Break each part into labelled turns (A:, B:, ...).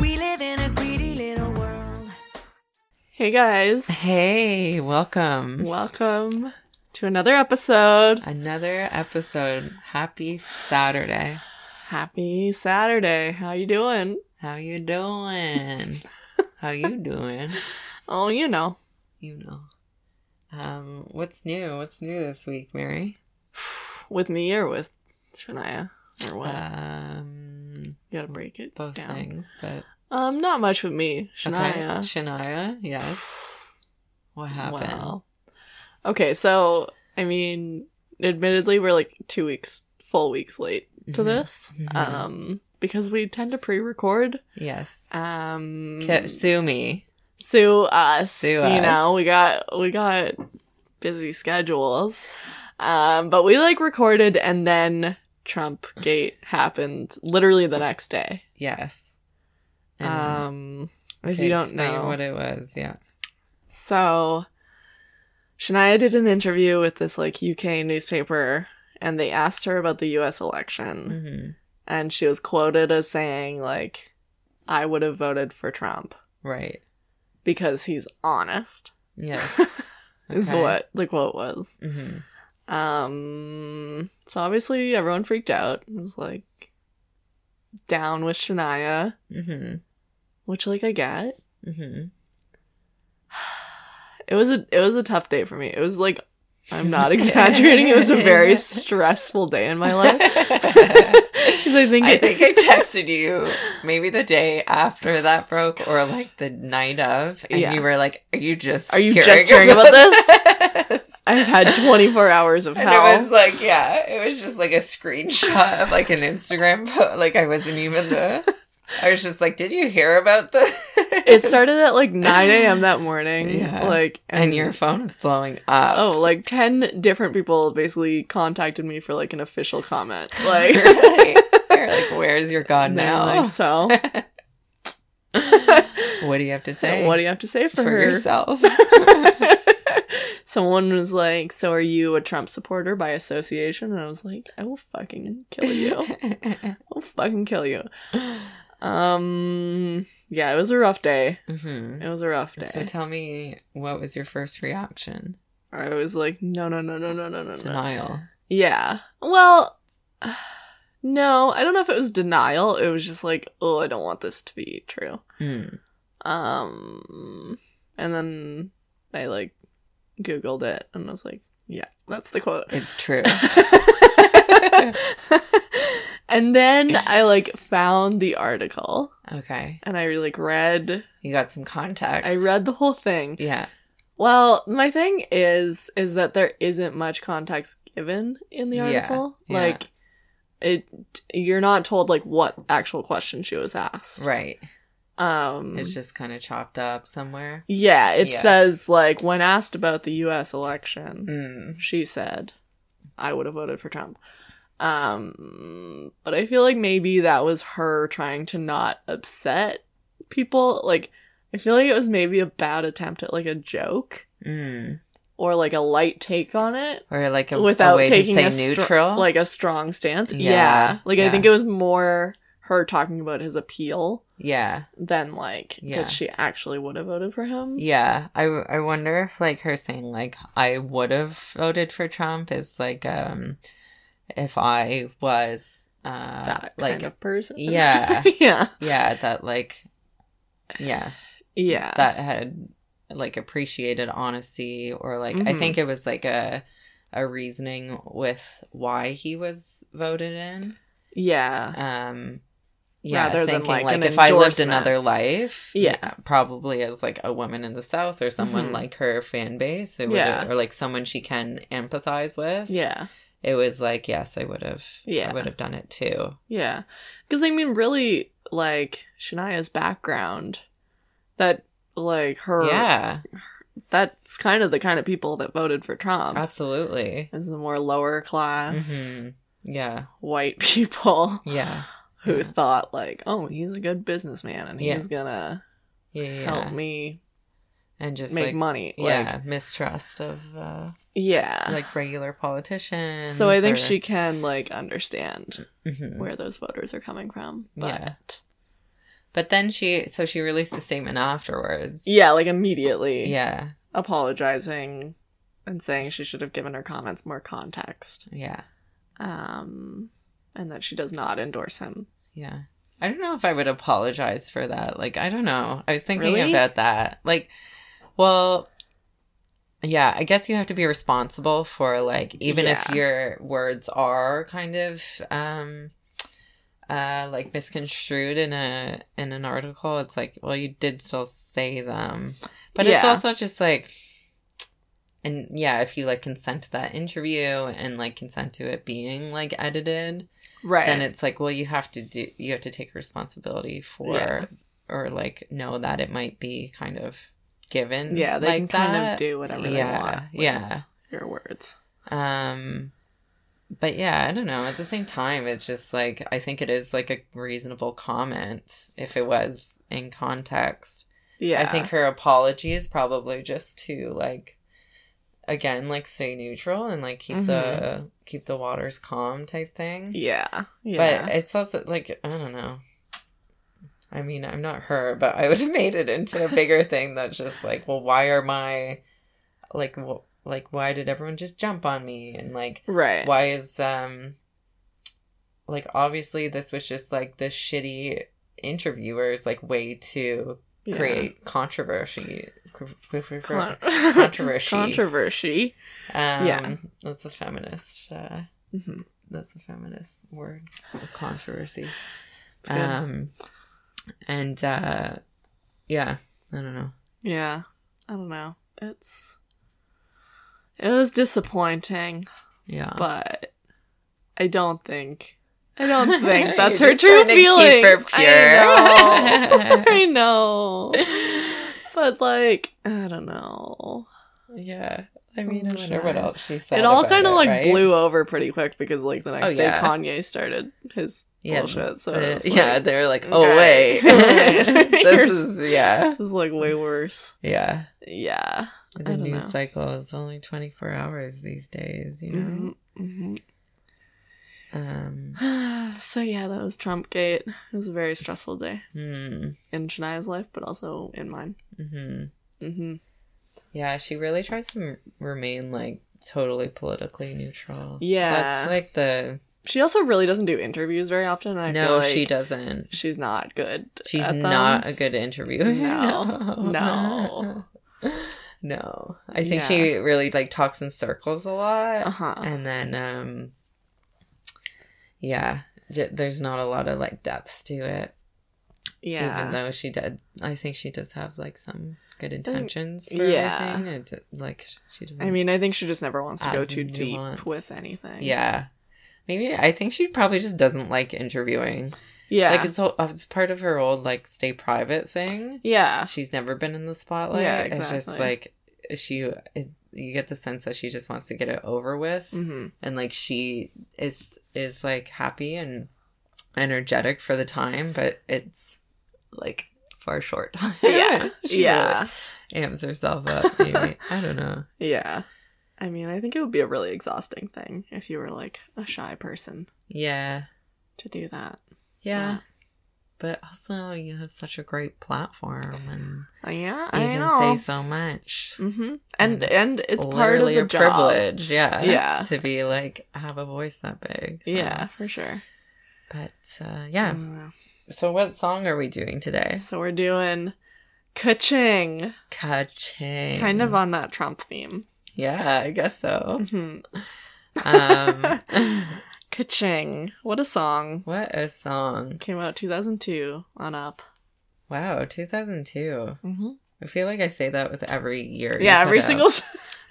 A: We live in a greedy little world.
B: Hey guys.
C: Hey, welcome.
B: Welcome to another episode.
C: Another episode. Happy Saturday.
B: Happy Saturday. How you doing?
C: How you doing? How you doing?
B: Oh, you know.
C: You know. Um, what's new? What's new this week, Mary?
B: With me or with Shania or what?
C: Um,
B: you gotta break it
C: Uh, both
B: down.
C: things, but
B: Um, not much with me, Shania.
C: okay. Shania, yes. What happened?
B: Well. Okay, so I mean, admittedly, we're like two weeks, full weeks late to
C: Mhm.
B: this,
C: Mhm.
B: um, because we tend to pre-record.
C: Yes.
B: Um,
C: Ki- sue me.
B: sue us.
C: Sue
B: you
C: us.
B: know, we got we got busy schedules. Um, but we like recorded and then Trump gate happened literally the next day.
C: Yes. And
B: Um if
C: can
B: you don't
C: explain
B: know.
C: what it was, yeah.
B: so Shania did an interview with this like UK newspaper and they asked her about the US election
C: hmm
B: and she was quoted as saying like I would have voted for Trump
C: Right.
B: because he's honest.
C: Yes.
B: Is
C: Okay.
B: what the quote was.
C: hmm
B: Um, so obviously everyone freaked out. It was like down with Shania,
C: hmm
B: which like I get.
C: hmm
B: It was a it was a tough day for me. It was like I'm not exaggerating. it was a very stressful day in my life. 'Cause I think
C: I
B: it-
C: think I texted you maybe the day after that broke or like the night of, and
B: Yeah.
C: you were like, "Are you just
B: Are you just hearing about
C: this?"
B: I've had 24 hours of
C: and
B: hell.
C: it was like, yeah, it was just like a screenshot of like an Instagram post. Like I wasn't even the. I was just like, "Did you hear about this?"
B: it started at like 9 a.m. that morning.
C: Yeah.
B: Like
C: and your phone was blowing up.
B: Oh, like 10 different people basically contacted me for like an official comment. Like,
C: you're like, you're like, "Where's your God
B: and they're
C: now?"
B: like, so,
C: what do you have to say?
B: what do you have to say for,
C: for
B: her?
C: yourself?
B: Someone was like, "So are you a Trump supporter by association?" And I was like, "I will fucking kill you. I will fucking kill you." Um, yeah, it was a rough day.
C: hmm
B: It was a rough day.
C: So tell me, what was your first reaction?
B: I was like, "No, no, no, no, no, no, no, no."
C: Denial.
B: Yeah. Well, no, I don't know if it was denial. It was just like, "Oh, I don't want this to be true."
C: Mm.
B: Um, and then I like googled it and I was like, "Yeah, that's the quote."
C: It's true.
B: and then I like found the article
C: Okay,
B: and I like read
C: you got some context.
B: I read the whole thing.
C: Yeah.
B: Well, my thing is is that there isn't much context given in the
C: Yeah,
B: article.
C: yeah.
B: Like it you're not told like what actual question she was asked.
C: Right.
B: Um
C: It's just kind of chopped up somewhere.
B: yeah, it
C: Yeah.
B: says like when asked about the US election,
C: Mm.
B: she said i would have voted for trump um but i feel like maybe that was her trying to not upset people like i feel like it was maybe a bad attempt at like a joke
C: Mm.
B: or like a light take on it
C: Or like a,
B: without
C: a way
B: taking
C: to
B: a
C: say
B: str-
C: neutral.
B: like a strong stance yeah,
C: Yeah,
B: like i
C: yeah.
B: think it was more her talking about his appeal
C: yeah,
B: than like
C: Yeah.
B: that she actually would have voted for him
C: yeah. I I wonder if like her saying like I would have voted for Trump is like um if I was uh
B: that
C: like
B: kind of person
C: yeah.
B: yeah
C: yeah that like yeah
B: yeah
C: that had like appreciated honesty or like i
B: Mhm.
C: think it was like a a reasoning with why he was voted in
B: yeah
C: um yeah
B: Rather than,
C: thinking
B: like,
C: like,
B: an
C: if i lived
B: endorsement.
C: another life
B: Yeah.
C: probably as like a woman in the south or someone
B: Mhm.
C: like her fan base it
B: Yeah.
C: yeah. or like someone she can empathize with
B: yeah
C: it was like yes i would have
B: Yeah.
C: i would have done it too
B: Yeah. Because, I mean, really, like, Shania's background, that, like, her,
C: yeah
B: that's kind of the kind of people that voted for Trump.
C: absolutely
B: Is the more lower class
C: Mhm. yeah
B: white people
C: yeah
B: who
C: Yeah.
B: thought, like, oh, he's a good businessman and
C: Yeah.
B: he's gonna
C: yeah, yeah.
B: help me
C: and just
B: make
C: like
B: money.
C: yeah
B: Like,
C: mistrust of uh,
B: yeah.
C: like regular politicians.
B: so I think
C: or-
B: she can, like, understand
C: Mhm.
B: where those voters are coming from. But
C: Yeah. But then she, so she released a statement afterwards.
B: Yeah, like immediately
C: Yeah.
B: apologizing and saying she should have given her comments more context.
C: Yeah.
B: Um, and that she does not endorse him.
C: Yeah. I don't know if I would apologize for that. Like, I don't know. I was thinking
B: Really?
C: about that. Like, well, yeah, I guess you have to be responsible for, like, even if
B: Yeah.
C: your words are kind of, um, uh, like misconstrued in a in an article it's like well you did still say them but it's
B: Yeah.
C: also just like and yeah if you like consent to that interview and like consent to it being like edited
B: Right.
C: then it's like well you have to do you have to take responsibility for
B: Yeah.
C: or like know that it might be kind of given
B: yeah, they
C: like
B: can kind
C: that.
B: of do whatever they want.
C: yeah
B: with
C: yeah
B: Your words.
C: um but yeah i don't know at the same time it's just like i think it is like a reasonable comment if it was in context
B: Yeah.
C: i think her apology is probably just to like again like stay neutral and like keep
B: Mm-hmm.
C: the keep the waters calm type thing
B: Yeah. Yeah.
C: but it's also like I don't know. I mean, I'm not her, but I would have made it into a bigger thing that's just like, well, why are my like wh- like why did everyone just jump on me and like
B: right.
C: why is um like obviously this was just like the shitty interviewers like way to
B: Yeah.
C: create controversy
B: Con-
C: controversy.
B: Controversy.
C: um,
B: yeah.
C: that's a feminist uh
B: Mhm.
C: that's a feminist word of controversy
B: It's good.
C: um and uh yeah i don't know
B: yeah. I don't know. It's. It was disappointing,
C: yeah
B: but I don't think. I don't think
C: You're
B: that's her
C: just
B: true
C: trying to keep
B: feelings.
C: her pure.
B: I know. I know. But like, I don't know.
C: yeah i mean i
B: Oh,
C: wonder
B: shit.
C: what else she said
B: it all
C: about
B: kind of like
C: right?
B: blew over pretty quick because like the next
C: Oh,
B: day
C: yeah.
B: Kanye started his
C: Yeah,
B: bullshit. So
C: Uh,
B: it was, like,
C: yeah they're like oh
B: okay.
C: wait
B: You're-
C: this is yeah
B: this is like way worse.
C: yeah
B: Yeah. I
C: the
B: don't
C: news
B: know.
C: cycle is only 24 hours these days you know
B: Mhm,
C: um
B: mhm. so yeah, that was Trump Gate. It was a very stressful day
C: hmm,
B: in Shania's life, but also in mine.
C: mhm.
B: hmm
C: Yeah, she really tries to m- remain like totally politically neutral.
B: Yeah.
C: that's like the
B: She also really doesn't do interviews very often. And I
C: no,
B: feel like
C: she doesn't.
B: She's not good.
C: She's
B: at them.
C: not a good interviewer.
B: No. No.
C: no. I think
B: Yeah.
C: she really like talks in circles a lot,
B: Uh huh.
C: and then um, yeah, j- there's not a lot of like depth to it.
B: Yeah. Mm,
C: Even though she did, I think she does have like some good intentions for
B: yeah.
C: everything. It, d- like she doesn't.
B: I mean, I think she just never wants to go
C: Adds
B: too deep
C: nuance.
B: with anything.
C: Yeah. Maybe I think she probably just doesn't like interviewing.
B: Yeah.
C: Like it's all- it's part of her old like stay private thing.
B: yeah.
C: She's never been in the spotlight.
B: Uh, Yeah,
C: It's just
B: exactly.
C: like she it, you get the sense that she just wants to get it over with
B: hmm
C: and like she is is like happy and energetic for the time, but it's like far short.
B: Yeah.
C: She
B: yeah.
C: really amps herself up. Maybe. I don't know.
B: Yeah. I mean, I think it would be a really exhausting thing if you were like a shy person
C: Yeah.
B: to do that.
C: Yeah.
B: Wow.
C: But also, you have such a great platform, and you
B: Uh, yeah, I
C: can
B: know.
C: say so much.
B: hmm And
C: it's
B: and it's, part of
C: literally
B: the
C: a
B: job.
C: privilege, yeah,
B: Yeah.
C: to be like have a voice that big. so.
B: Yeah, for sure.
C: but uh, yeah.
B: Mm.
C: So, what song are we doing today?
B: So we're doing kaching,
C: Catching,
B: kind of on that Trump theme.
C: yeah, I guess so.
B: hmm
C: Um,
B: Kaching, what a song!
C: what a song!
B: Came out 2002 on up.
C: Wow, 2002.
B: Mm-hmm.
C: I feel like I say that with every year. you
B: Yeah,
C: put
B: every
C: out.
B: single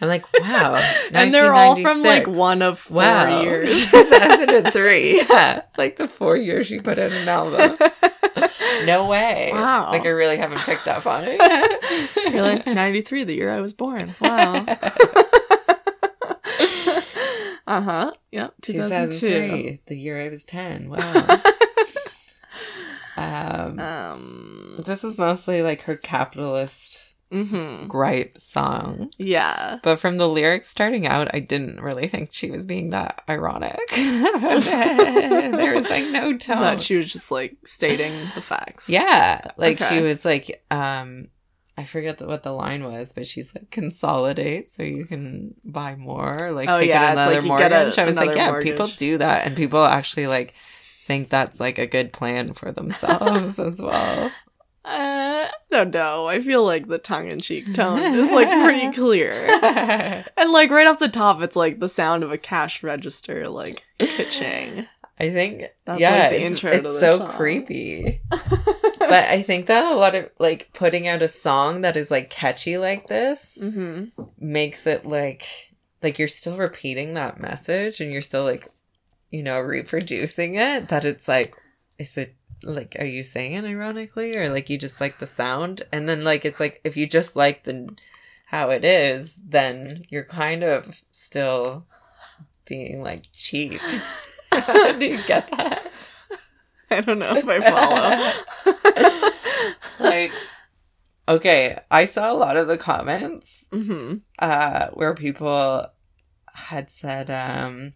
C: I'm like, wow,
B: and they're all from like
C: 1996.
B: one of four
C: Wow.
B: years.
C: 2003. Yeah. Like the four years she put out an album. No way.
B: Wow.
C: Like I really haven't picked up on it.
B: You're like 93, the year I was born. Wow. uh huh. Yep. 2002.
C: 2003, the year I was 10. Wow. um,
B: Um. Uh,
C: this is mostly like her capitalist
B: Mm-hmm.
C: gripe song.
B: Yeah.
C: But from the lyrics starting out, I didn't really think she was being that ironic. there was like no tone.
B: That she was just like stating the facts.
C: Yeah, like
B: Okay.
C: she was like, um, I forget the, what the line was, but she's like, consolidate so you can buy more, like
B: Oh,
C: take
B: yeah,
C: out
B: it's like
C: another
B: you get a-
C: mortgage. I was like,
B: another
C: yeah,
B: mortgage.
C: people do that, and people actually like think that's like a good plan for themselves as well.
B: Uh, I don't know. I feel like the tongue in cheek tone is like pretty clear. And like right off the top, it's like the sound of a cash register like pitching.
C: I think
B: That's
C: yeah,
B: like the
C: it's,
B: intro to
C: it's
B: the
C: so
B: song.
C: creepy. but I think that a lot of like putting out a song that is like catchy like this
B: Mm-hmm.
C: makes it like like you're still repeating that message and you're still like you know reproducing it that it's like is it like are you saying it ironically or like you just like the sound and then like it's like if you just like the how it is then you're kind of still being like cheap do you get that
B: I don't know if I follow.
C: like okay i saw a lot of the comments
B: mm-hmm.
C: uh, where people had said, um,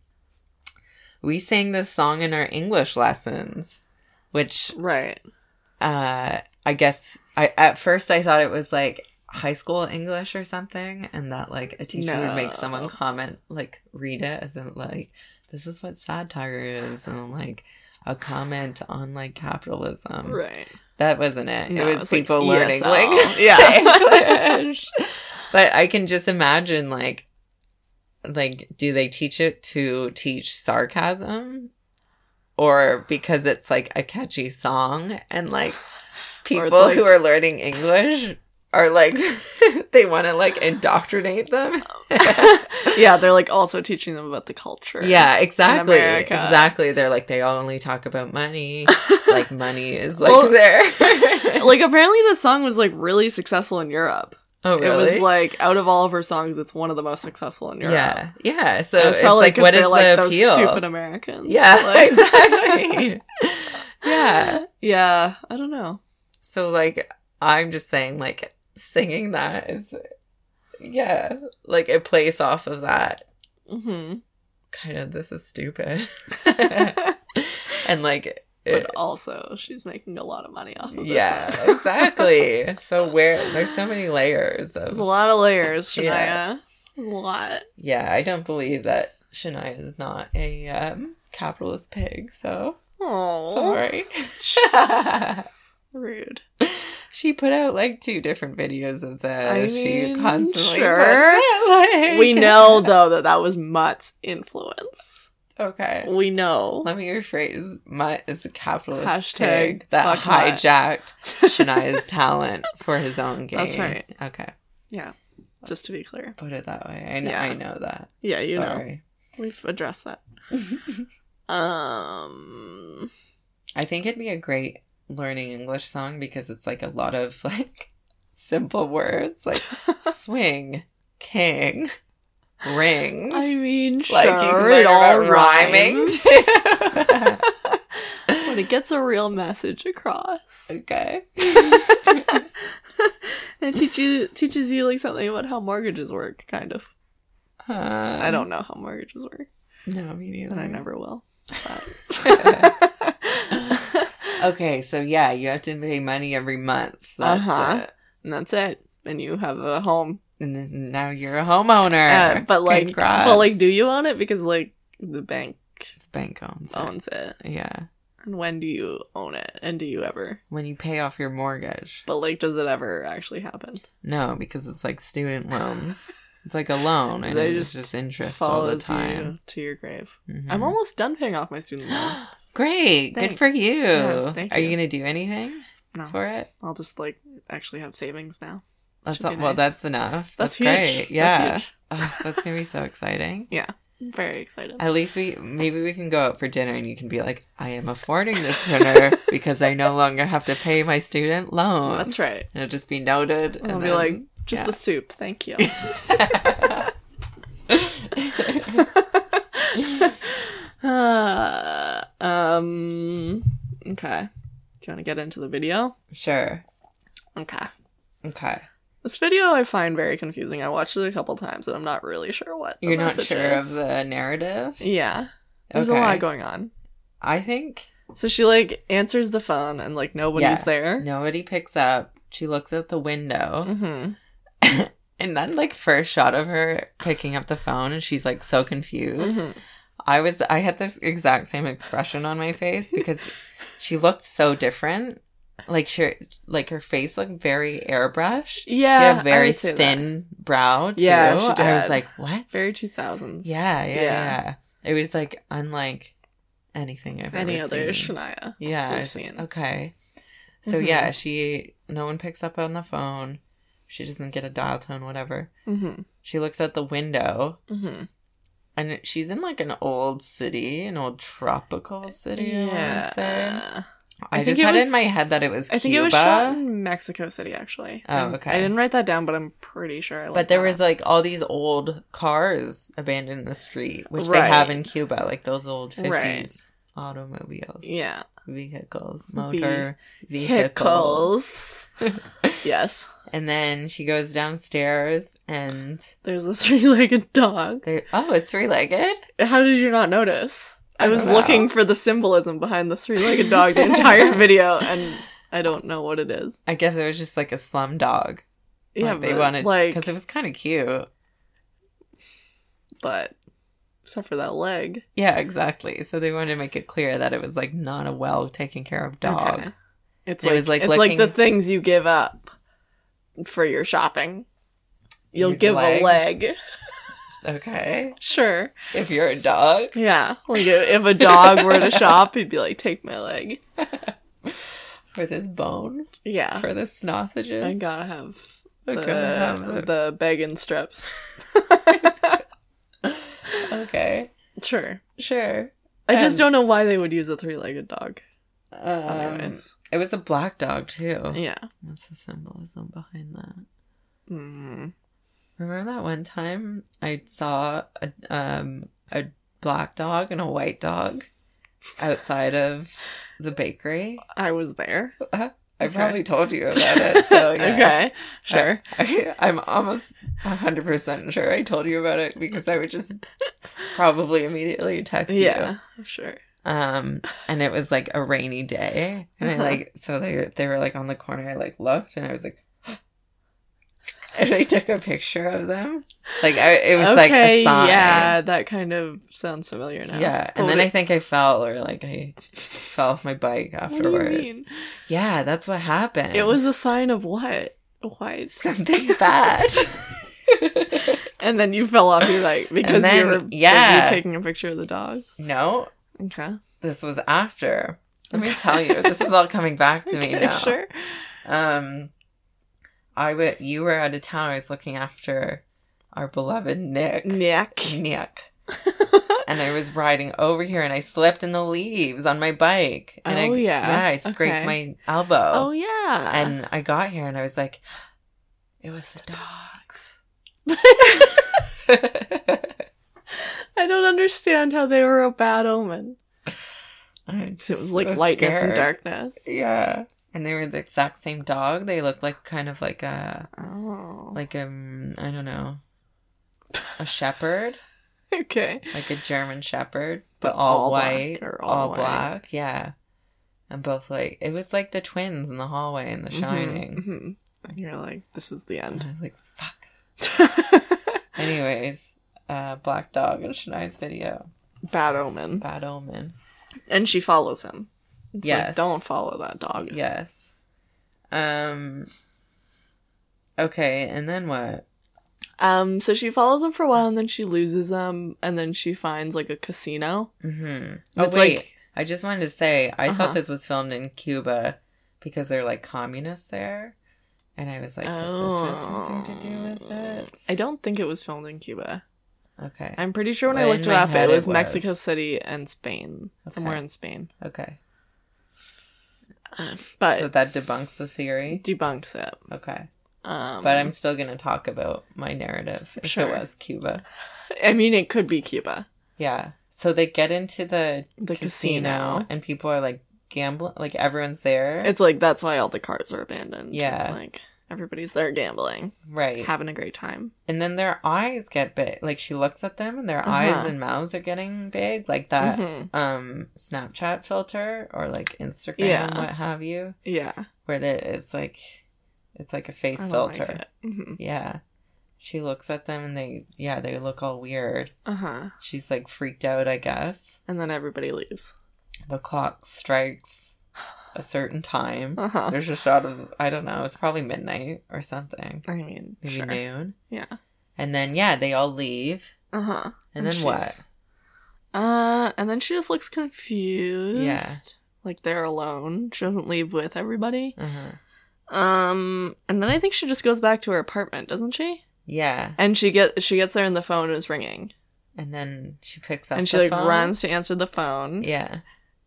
C: we sang this song in our English lessons, which,
B: Right.
C: uh, I guess I, at first I thought it was like high school English or something. And that like a teacher would make someone
B: No.
C: comment, like read it as in like, this is what satire is. And like a comment on like capitalism.
B: Right.
C: That wasn't it.
B: No,
C: it was
B: it's like E
C: people learning
B: ESL.
C: like
B: Yeah.
C: English. But I can just imagine like like do they teach it to teach sarcasm? Or because it's like a catchy song and like people
B: like-
C: who are learning English are like they want to like indoctrinate them.
B: Yeah, they're like also teaching them about the culture.
C: Yeah, exactly.
B: America.
C: Exactly. They're like they only talk about money. like money is like
B: Well,
C: there.
B: Like apparently this song was like really successful in Europe.
C: oh,
B: It was like out of all of her songs, it's one of the most successful in Europe.
C: Yeah, yeah. So
B: So
C: it's,
B: it's probably
C: like, what is
B: like
C: the
B: those
C: appeal?
B: stupid Americans.
C: yeah,
B: Like-
C: exactly. yeah.
B: yeah. I don't know.
C: So like, I'm just saying, like, singing that is, yeah, like it plays off of that
B: hmm
C: kind of. This is stupid,
B: but
C: and like, it,
B: also, she's making a lot of money off of this.
C: Eh. yeah,
B: song.
C: exactly. So where there's so many layers of
B: There's a lot of layers, Shania.
C: Yeah.
B: A lot.
C: yeah. I don't believe that Shania is not a um, capitalist pig. So
B: Oh,
C: sorry.
B: Rude.
C: She put out like two different videos of this.
B: I
C: she
B: mean,
C: constantly
B: sure.
C: puts it, like-
B: We know though that that was Mutt's influence.
C: Okay.
B: We know.
C: Let me rephrase. Mutt is a capitalist
B: Hashtag
C: pig that
B: fuck Mutt.
C: hijacked Shania's talent for his own gain.
B: That's right.
C: Okay.
B: Just to be clear.
C: Put it that way. I know.
B: Yeah.
C: I know that.
B: Yeah, you know.
C: Sorry.
B: We've addressed that. Um
C: I think it'd be a great learning English song because it's like a lot of like simple words like swing, king, rings.
B: I mean, sure,
C: like you
B: it
C: learn
B: all
C: about rhyming.
B: rhymes.
C: too.
B: when it gets a real message across,
C: Okay.
B: and it teach you, teaches you like something about how mortgages work, kind of. I
C: Mm-hmm.
B: don't know how mortgages work,
C: know me neither.
B: and I never will.
C: Okay, so yeah, you have to pay money every month. That's
B: Uh-huh.
C: it.
B: and that's it. And you have a home,
C: And then now you're a homeowner.
B: Uh, but like,
C: Congrats.
B: but like, do you own it? Because like, the bank
C: The bank owns it.
B: owns it.
C: Yeah.
B: And when do you own it? And do you ever?
C: When you pay off your mortgage.
B: But like, does it ever actually happen?
C: No, because it's like student loans. It's like a loan and
B: They
C: it's
B: just
C: just interest all the time.
B: you to your grave.
C: Mhm.
B: I'm almost done paying off my student loan.
C: Great. Good
B: Thank-
C: for you.
B: Yeah, thank
C: Are you
B: you.
C: going to do anything
B: No.
C: for it?
B: I'll just like actually have savings now.
C: That's
B: Should be
C: not, well.
B: nice.
C: That's enough. That's,
B: That's, huge.
C: great. Yeah,
B: That's huge.
C: Ugh, that's gonna be so exciting.
B: I'm very excited.
C: At least we maybe we can go out for dinner and you can be like, I am affording this dinner because I no longer have to pay my student loan.
B: That's right.
C: And it'll just be noted.
B: And
C: and
B: I'll be
C: then-
B: like, just
C: yeah.
B: the soup, thank you. uh, um, okay. Do you want to get into the video?
C: sure.
B: Okay.
C: Okay.
B: This video I find very confusing. I watched it a couple times and I'm not really sure what the
C: You're not
B: message
C: sure
B: is.
C: of the narrative.
B: Yeah, there's a lot going on.
C: I think
B: So she like answers the phone and like nobody's
C: Yeah.
B: there.
C: nobody picks up. She looks out the window,
B: hmm
C: and that like first shot of her picking up the phone, and she's like so
B: Mm-hmm.
C: confused. I was I had this exact same expression on my face because she looked so different. Like she like her face looked very airbrushed.
B: Yeah,
C: she had a
B: I
C: very
B: would say that.
C: thin brow too.
B: Yeah, she
C: I was
B: did.
C: like, what?
B: very two thousands.
C: yeah, yeah,
B: Yeah.
C: yeah, It was like unlike anything I've
B: any
C: ever
B: other
C: seen.
B: Shania?
C: yeah,
B: we've
C: I was-
B: seen.
C: Okay. So
B: Mhm.
C: yeah, she no one picks up on the phone. She doesn't get a dial tone, whatever.
B: hmm
C: She looks out the window
B: hmm
C: and she's in like an old city, an old tropical city, I want to say.
B: Yeah.
C: I,
B: think
C: just
B: it
C: had it in
B: was-
C: my head that it was
B: I
C: Cuba.
B: think it was shot in Mexico City, actually.
C: Oh,
B: Um,
C: okay.
B: I didn't write that down, but I'm pretty sure. I
C: but
B: looked
C: there
B: that
C: was
B: up.
C: like all these old cars abandoned in the street, which they
B: Right.
C: have in Cuba, like those old
B: Right.
C: 50s automobiles,
B: yeah
C: vehicles, motor vehicles.
B: vehicles. yes,
C: And then she goes downstairs and
B: there's a three-legged dog.
C: they oh, it's three legged.
B: How did you not notice? I,
C: I
B: was
C: don't know.
B: looking for the symbolism behind the three-legged dog the entire video, and I don't know what it is.
C: I guess it was just like a slum dog.
B: Yeah,
C: like, they
B: but,
C: wanted
B: like,
C: because it was kind of cute.
B: but except for that leg
C: Yeah, exactly. So they wanted to make it clear that it was like not a well taken care of dog.
B: Okay. It's
C: It
B: like,
C: was, like,
B: it's like the
C: licking-
B: things you give up for your shopping. You'll
C: Your
B: give
C: leg?
B: a leg,
C: Okay.
B: sure.
C: If you're a dog.
B: Yeah, like if a dog were to shop, he'd be like, "Take my leg."
C: For this bone.
B: Yeah,
C: For this sausages.
B: Uh, I gotta have
C: I
B: the,
C: gotta have them.
B: the begging strips.
C: Okay.
B: sure.
C: Sure.
B: I just
C: Um,
B: don't know why they would use a three-legged dog.
C: Um, oh.
B: Anyways,
C: it was a black dog too.
B: yeah.
C: What's the symbolism behind that?
B: Mm.
C: Remember that one time I saw a um a black dog and a white dog outside of the bakery?
B: I was there.
C: I
B: Okay.
C: probably told you about it. So yeah.
B: okay, sure.
C: I, I'm almost 100% sure I told you about it because I would just probably immediately text
B: yeah,
C: you.
B: sure.
C: Um and it was like a rainy day and
B: Uh-huh.
C: I like so they they were like on the corner I like looked and I was like and I took a picture of them. Like I, it was like a sign.
B: yeah, that kind of sounds familiar now.
C: Yeah,
B: But
C: and then
B: what
C: I think I fell or like I fell off my bike
B: do- what do you
C: afterwards.
B: mean?
C: Yeah, that's what happened.
B: It was a sign of what? Why?
C: something bad.
B: And then you fell off your like because
C: then-
B: you were
C: yeah.
B: busy taking a picture of the dogs.
C: no,
B: Okay.
C: this was after. Let me tell you, this is all coming back to me
B: Okay,
C: now.
B: sure.
C: Um, I w- you were out of town. I was looking after our beloved Nick.
B: Nick.
C: Nick. and I was riding over here, and I slipped in the leaves on my bike. And
B: Oh,
C: I,
B: yeah.
C: I scraped
B: Okay.
C: my elbow.
B: Oh yeah.
C: And I got here and I was like, it was the dogs.
B: I don't understand how they were a bad omen.
C: it
B: 'Cause It was like lightness and darkness.
C: Yeah. And they were the exact same dog. They looked like kind of like a,
B: Oh.
C: like um, I don't know, a shepherd,
B: okay.
C: like a German shepherd, but,
B: But
C: all,
B: all black
C: white
B: or all
C: all,
B: white.
C: black. Yeah. And both like, it was like the twins in the hallway in The Shining.
B: Mhm, mhm. And you're like, this is the
C: And I
B: end.
C: was like, fuck. Mm-hmm. Anyways, uh, Black Dog and Shania's video.
B: bad omen.
C: Bad omen.
B: And she follows him. It's
C: Yes.
B: Like, don't follow that dog.
C: Yes. Um. Okay, and then what?
B: Um, so she follows him for a while and then she loses him and then she finds like a casino.
C: Mm-hmm.
B: And
C: Oh
B: it's
C: wait,
B: like-
C: I just wanted to say I
B: Uh-huh.
C: thought this was filmed in Cuba because they're like communists there, and I was like, does this have something to do with it?
B: oh. I don't think it was filmed in Cuba.
C: Okay.
B: I'm pretty sure when I
C: Well, in
B: looked it
C: my
B: up, it
C: head it
B: was, Mexico
C: was.
B: City and Spain, somewhere
C: Okay.
B: in Spain.
C: okay.
B: But
C: so that debunks the theory.
B: debunks it.
C: Okay.
B: Um,
C: But I'm still gonna talk about my narrative if
B: Sure.
C: it was Cuba.
B: I mean, it could be Cuba.
C: Yeah. So they get into the
B: The
C: casino,
B: casino.
C: and people are like gambling like everyone's there
B: It's like that's why all the cars are abandoned.
C: Yeah.
B: It's like Everybody's there gambling,
C: Right.
B: having a great time.
C: and then their eyes get big. Like she looks at them and their
B: Uh-huh.
C: eyes and mouths are getting big. Like that
B: Mhm.
C: um Snapchat filter or like Instagram,
B: Yeah.
C: what have you,
B: Yeah.
C: where the, it's like it's like a face
B: I don't like
C: filter.
B: it. Mhm.
C: Yeah. She looks at them and they yeah, they look all weird.
B: Uh-huh.
C: She's like freaked out, I guess.
B: And then everybody leaves.
C: The clock strikes a certain time.
B: Uh-huh.
C: There's a shot of I don't know, it's probably midnight or something.
B: I mean,
C: Maybe
B: sure.
C: noon.
B: Yeah.
C: And then yeah, they all leave.
B: Uh-huh.
C: And then what?
B: she's- Uh, and then she just looks confused. Like they're alone. She doesn't leave with everybody.
C: Uh-huh.
B: Um, and then I think she just goes back to her apartment, doesn't she?
C: Yeah.
B: And she get she gets there and the phone is ringing.
C: And then she picks up
B: and she
C: the
B: like
C: phone.
B: runs to answer the phone.
C: Yeah.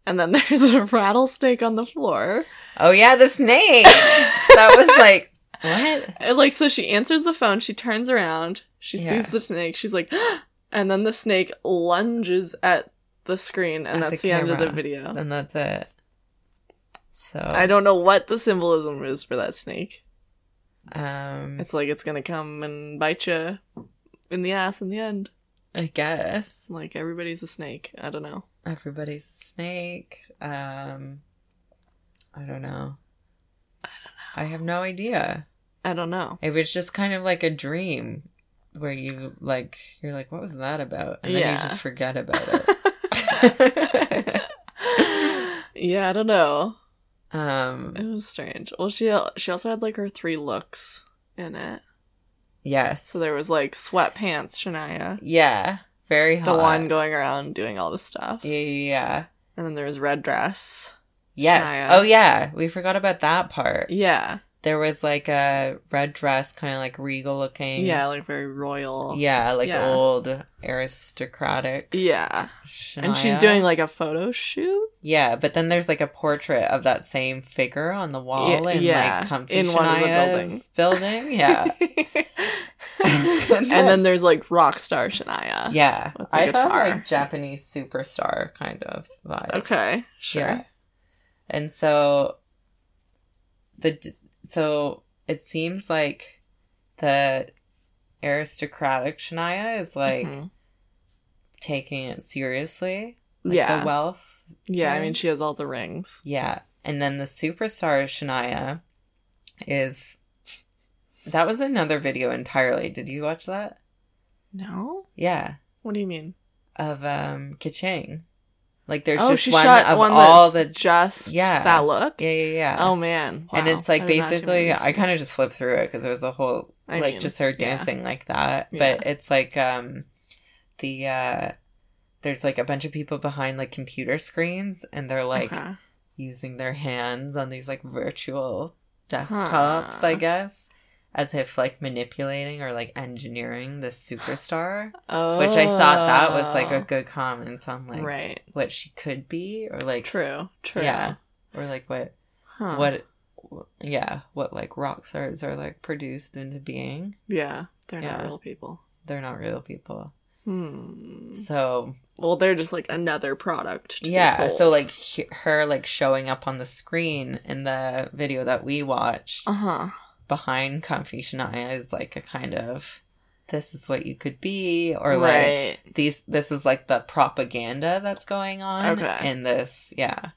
B: And then there's a rattlesnake on the floor.
C: Oh yeah, the snake. that was like what?
B: And, like so she answers the phone, she turns around, she
C: Yeah.
B: sees the snake, she's like and then the snake lunges at the screen and
C: At
B: that's
C: the
B: the, end of the
C: camera.
B: video.
C: And that's it. So
B: I don't know what the symbolism is for that snake.
C: um
B: It's like it's gonna come and bite you in the ass in the end.
C: I guess.
B: It's like everybody's a snake. I don't know.
C: everybody's a snake. Um, I don't know. I don't know. I have no idea.
B: I don't know.
C: It was just kind of like a dream where you like you're like, what was that about? And then
B: Yeah.
C: you just forget about it.
B: yeah, I don't know. It
C: um,
B: was strange. Well, she she also had like her three looks in it.
C: yes.
B: So there was like sweatpants Shania,
C: yeah, very hot.
B: the one going around doing all this stuff,
C: Yeah, yeah, yeah.
B: and then there was red dress.
C: Yes.
B: Shania.
C: Oh yeah, we forgot about that part.
B: Yeah,
C: There was like a red dress, kind of like regal looking.
B: yeah, like very royal.
C: Yeah, like
B: Yeah.
C: old aristocratic.
B: yeah. And she's
C: Shania.
B: doing like a photo shoot.
C: yeah, but then there's like a portrait of that same figure on the wall
B: Yeah,
C: in
B: yeah,
C: like comfy
B: in one of the
C: Shania's building. Yeah,
B: and then there's like rock star Shania.
C: yeah,
B: With the
C: I thought
B: guitar.
C: like Japanese superstar kind of vibes.
B: Okay. Sure.
C: yeah, and so the d- so it seems like the aristocratic Shania is like
B: Mhm.
C: taking it seriously. Like,
B: yeah.
C: the wealth
B: yeah. I
C: thing.
B: mean, she has all the rings.
C: Yeah. And then the superstar Shania is that was another video entirely. Did you watch that?
B: No.
C: Yeah.
B: What do you mean?
C: Of um Kaching. Like there's
B: oh,
C: just
B: she
C: one
B: shot
C: of
B: one
C: all
B: that's
C: the
B: just
C: Yeah.
B: that look.
C: Yeah, yeah, yeah.
B: Oh man.
C: and
B: Wow.
C: it's like
B: I did not tune
C: basically
B: in.
C: I kind of just flipped through it cuz it was a whole
B: I
C: like
B: mean,
C: just her
B: yeah.
C: dancing like that. But it's like um the uh there's like a bunch of people behind like computer screens and they're like
B: Okay.
C: using their hands on these like virtual desktops, I
B: Huh.
C: guess, as if like manipulating or like engineering the superstar,
B: oh.
C: which I thought that was like a good comment on like
B: right.
C: what she could be or like
B: True. True.
C: Yeah. or like what
B: Huh.
C: what yeah, what like rock stars are like produced into being.
B: Yeah. They're not
C: Yeah.
B: real people.
C: They're not real people.
B: Hmm.
C: So,
B: Well, they're just like another product. to be
C: yeah, so
B: sold.
C: like he- her like showing up on the screen in the video that we watched
B: Uh huh.
C: behind comfy Shania is like a kind of this is what you could be or
B: right.
C: like these this is like the propaganda that's going on
B: Okay.
C: in this yeah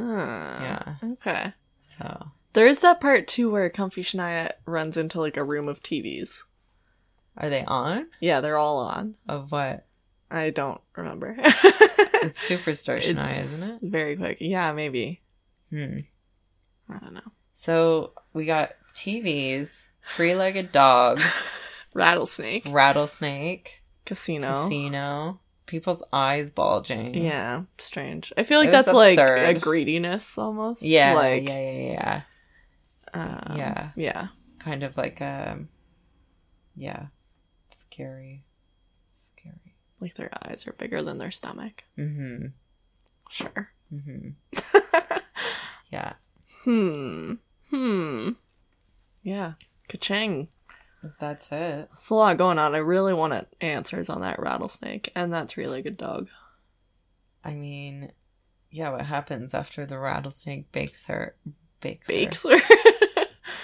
B: Ah,
C: yeah
B: Okay.
C: so
B: There is that part too where Comfy Shania runs into like a room of TVs.
C: are they on
B: Yeah, they're all on.
C: of what
B: I don't remember.
C: it's superstar Shania isn't
B: Very quick. Yeah, maybe.
C: it hmm.
B: I don't know.
C: so we got TVs three-legged dog
B: Rattlesnake.
C: rattlesnake
B: Casino.
C: casino people's eyes bulging
B: Yeah, strange. I feel like
C: It was
B: that's like a
C: absurd.
B: greediness almost.
C: yeah
B: Like,
C: yeah yeah yeah
B: um,
C: Yeah.
B: Yeah.
C: kind of like um yeah scary scary
B: Like their eyes are bigger than their stomach.
C: mm-hmm
B: Sure.
C: mm-hmm yeah
B: hmm. Hmm. Yeah. Ka-ching.
C: that's it
B: It's a lot going on. I really want answers on that rattlesnake and that three-legged dog.
C: i mean yeah what happens after the rattlesnake bakes her bakes,
B: Bakes.
C: her,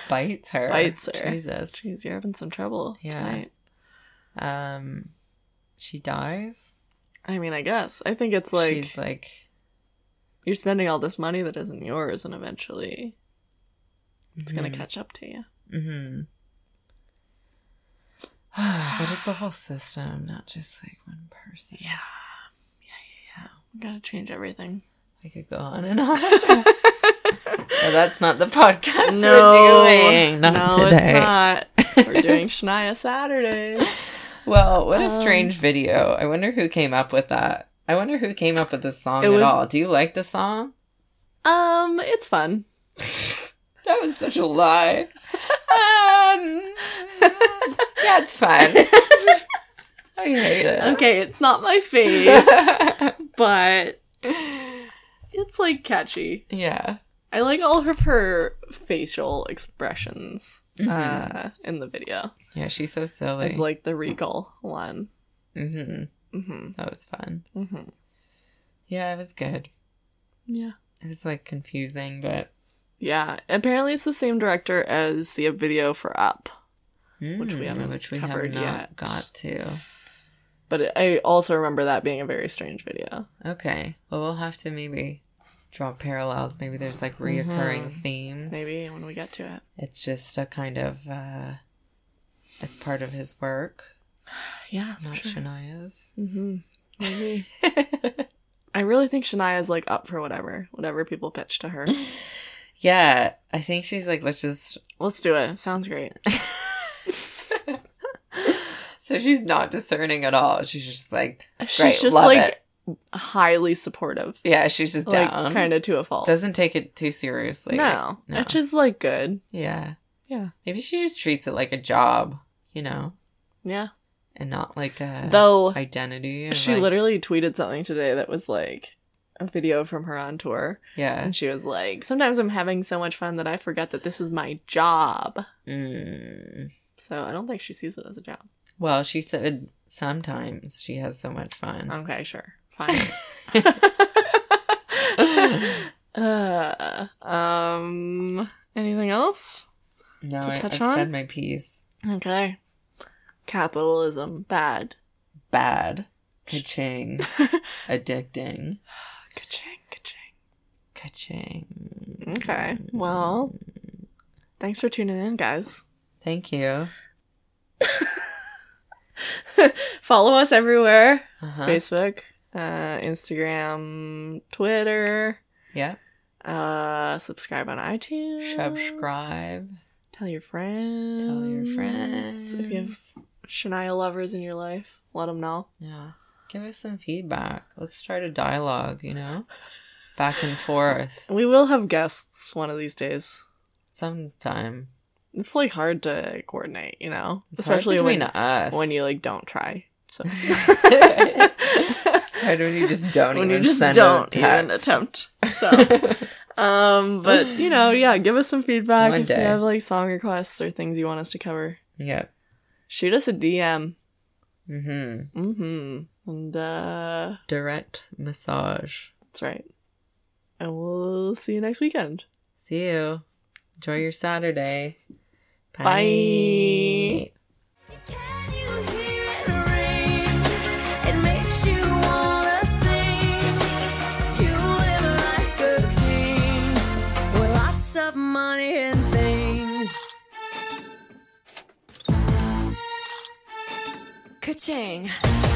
C: bites her.
B: Bites her.
C: Jesus.
B: Jeez, you're having some trouble
C: Yeah.
B: tonight.
C: Um, she dies.
B: I mean, I guess. I think it's like,
C: she's like,
B: you're spending all this money that isn't yours, and eventually it's going to
C: cut.
B: catch up to you.
C: Mm-hmm. but it's the whole system, not just like one person.
B: Yeah. Yeah, yeah, yeah. We gotta change everything.
C: I could go on and on. but that's not the podcast we're doing. Not
B: no,
C: today.
B: it's not. We're doing Shania Saturdays.
C: Well, what a
B: Um,
C: strange video. I wonder who came up with that. I wonder who came up with this song
B: It
C: at
B: was-
C: all. Do you like the song?
B: Um, it's fun.
C: That was such a lie. um, yeah, it's fun. I hate it.
B: Okay, it's not my fave,
C: Okay.
B: but it's like catchy.
C: yeah.
B: I like all of her facial expressions
C: Mhm.
B: uh, in the video.
C: yeah, she's so silly.
B: It's like the regal one.
C: hmm
B: hmm
C: That was fun.
B: hmm
C: Yeah, it was good.
B: Yeah.
C: It was like confusing, but
B: Yeah. Apparently, it's the same director as the video for Up. Which we
C: Mm,
B: haven't
C: which we have
B: covered
C: not
B: yet.
C: got to.
B: But I also remember that being a very strange video.
C: Okay. Well, we'll have to maybe draw parallels. Maybe there's like reoccurring
B: Mhm.
C: themes.
B: Maybe when we get to it.
C: it's just a kind of uh, it's part of his work,
B: Yeah.
C: not Shania's.
B: hmm Maybe. I really think Shania is like up for whatever, whatever people pitch to her.
C: yeah, I think she's like, let's just.
B: Let's do it. Sounds great.
C: so she's not discerning at all. She's just like,
B: She's
C: great,
B: just
C: love
B: like
C: it.
B: highly supportive.
C: Yeah, she's just
B: like
C: down.
B: kind of to a fault.
C: doesn't take it too seriously.
B: no,
C: no.
B: it's just like good.
C: Yeah.
B: Yeah.
C: Maybe she just treats it like a job, you know,
B: Yeah.
C: and not like a
B: Though
C: identity. and,
B: she
C: like-
B: literally tweeted something today that was like a video from her on tour,
C: Yeah.
B: and she was like, "Sometimes I'm having so much fun that I forget that this is my job."
C: Mm.
B: So I don't think she sees it as a job.
C: Well, she said sometimes she has so much fun.
B: Okay, sure, fine. uh, um, anything else?
C: no,
B: to
C: I,
B: touch
C: I've
B: on?
C: said my piece.
B: Okay. Capitalism bad.
C: Bad. Ka-ching. Addicting.
B: Ka-ching, ka-ching.
C: Ka-ching. Mm.
B: Okay. Well, thanks for tuning in, guys.
C: Thank you.
B: Follow us everywhere.
C: Uh-huh.
B: Facebook, uh, Instagram, Twitter.
C: Yeah.
B: Uh, subscribe on iTunes.
C: Subscribe.
B: Tell your friends.
C: Tell your friends.
B: If you have Shania lovers in your life, let them know.
C: Yeah. Give us some feedback. Let's start a dialogue, you know? Back and forth.
B: We will have guests one of these days.
C: Sometime.
B: It's like hard to coordinate, you know,
C: It's
B: especially
C: Especially hard between
B: when
C: us.
B: when you like don't try. So
C: It's hard when you just don't
B: when you
C: even
B: just
C: send
B: don't
C: a
B: even
C: text.
B: attempt. So. Um, but you know, yeah, give us some feedback
C: One
B: if
C: day.
B: you have like song requests or things you want us to cover.
C: yep.
B: Shoot us a DM.
C: Mm-hmm.
B: Mm-hmm. And uh
C: Direct massage.
B: that's right. And we'll see you next weekend.
C: See you. Enjoy your Saturday.
B: Bye.
A: Can you hear it ring? It makes you wanna sing. You live like a king with lots of money and things. Ka-ching.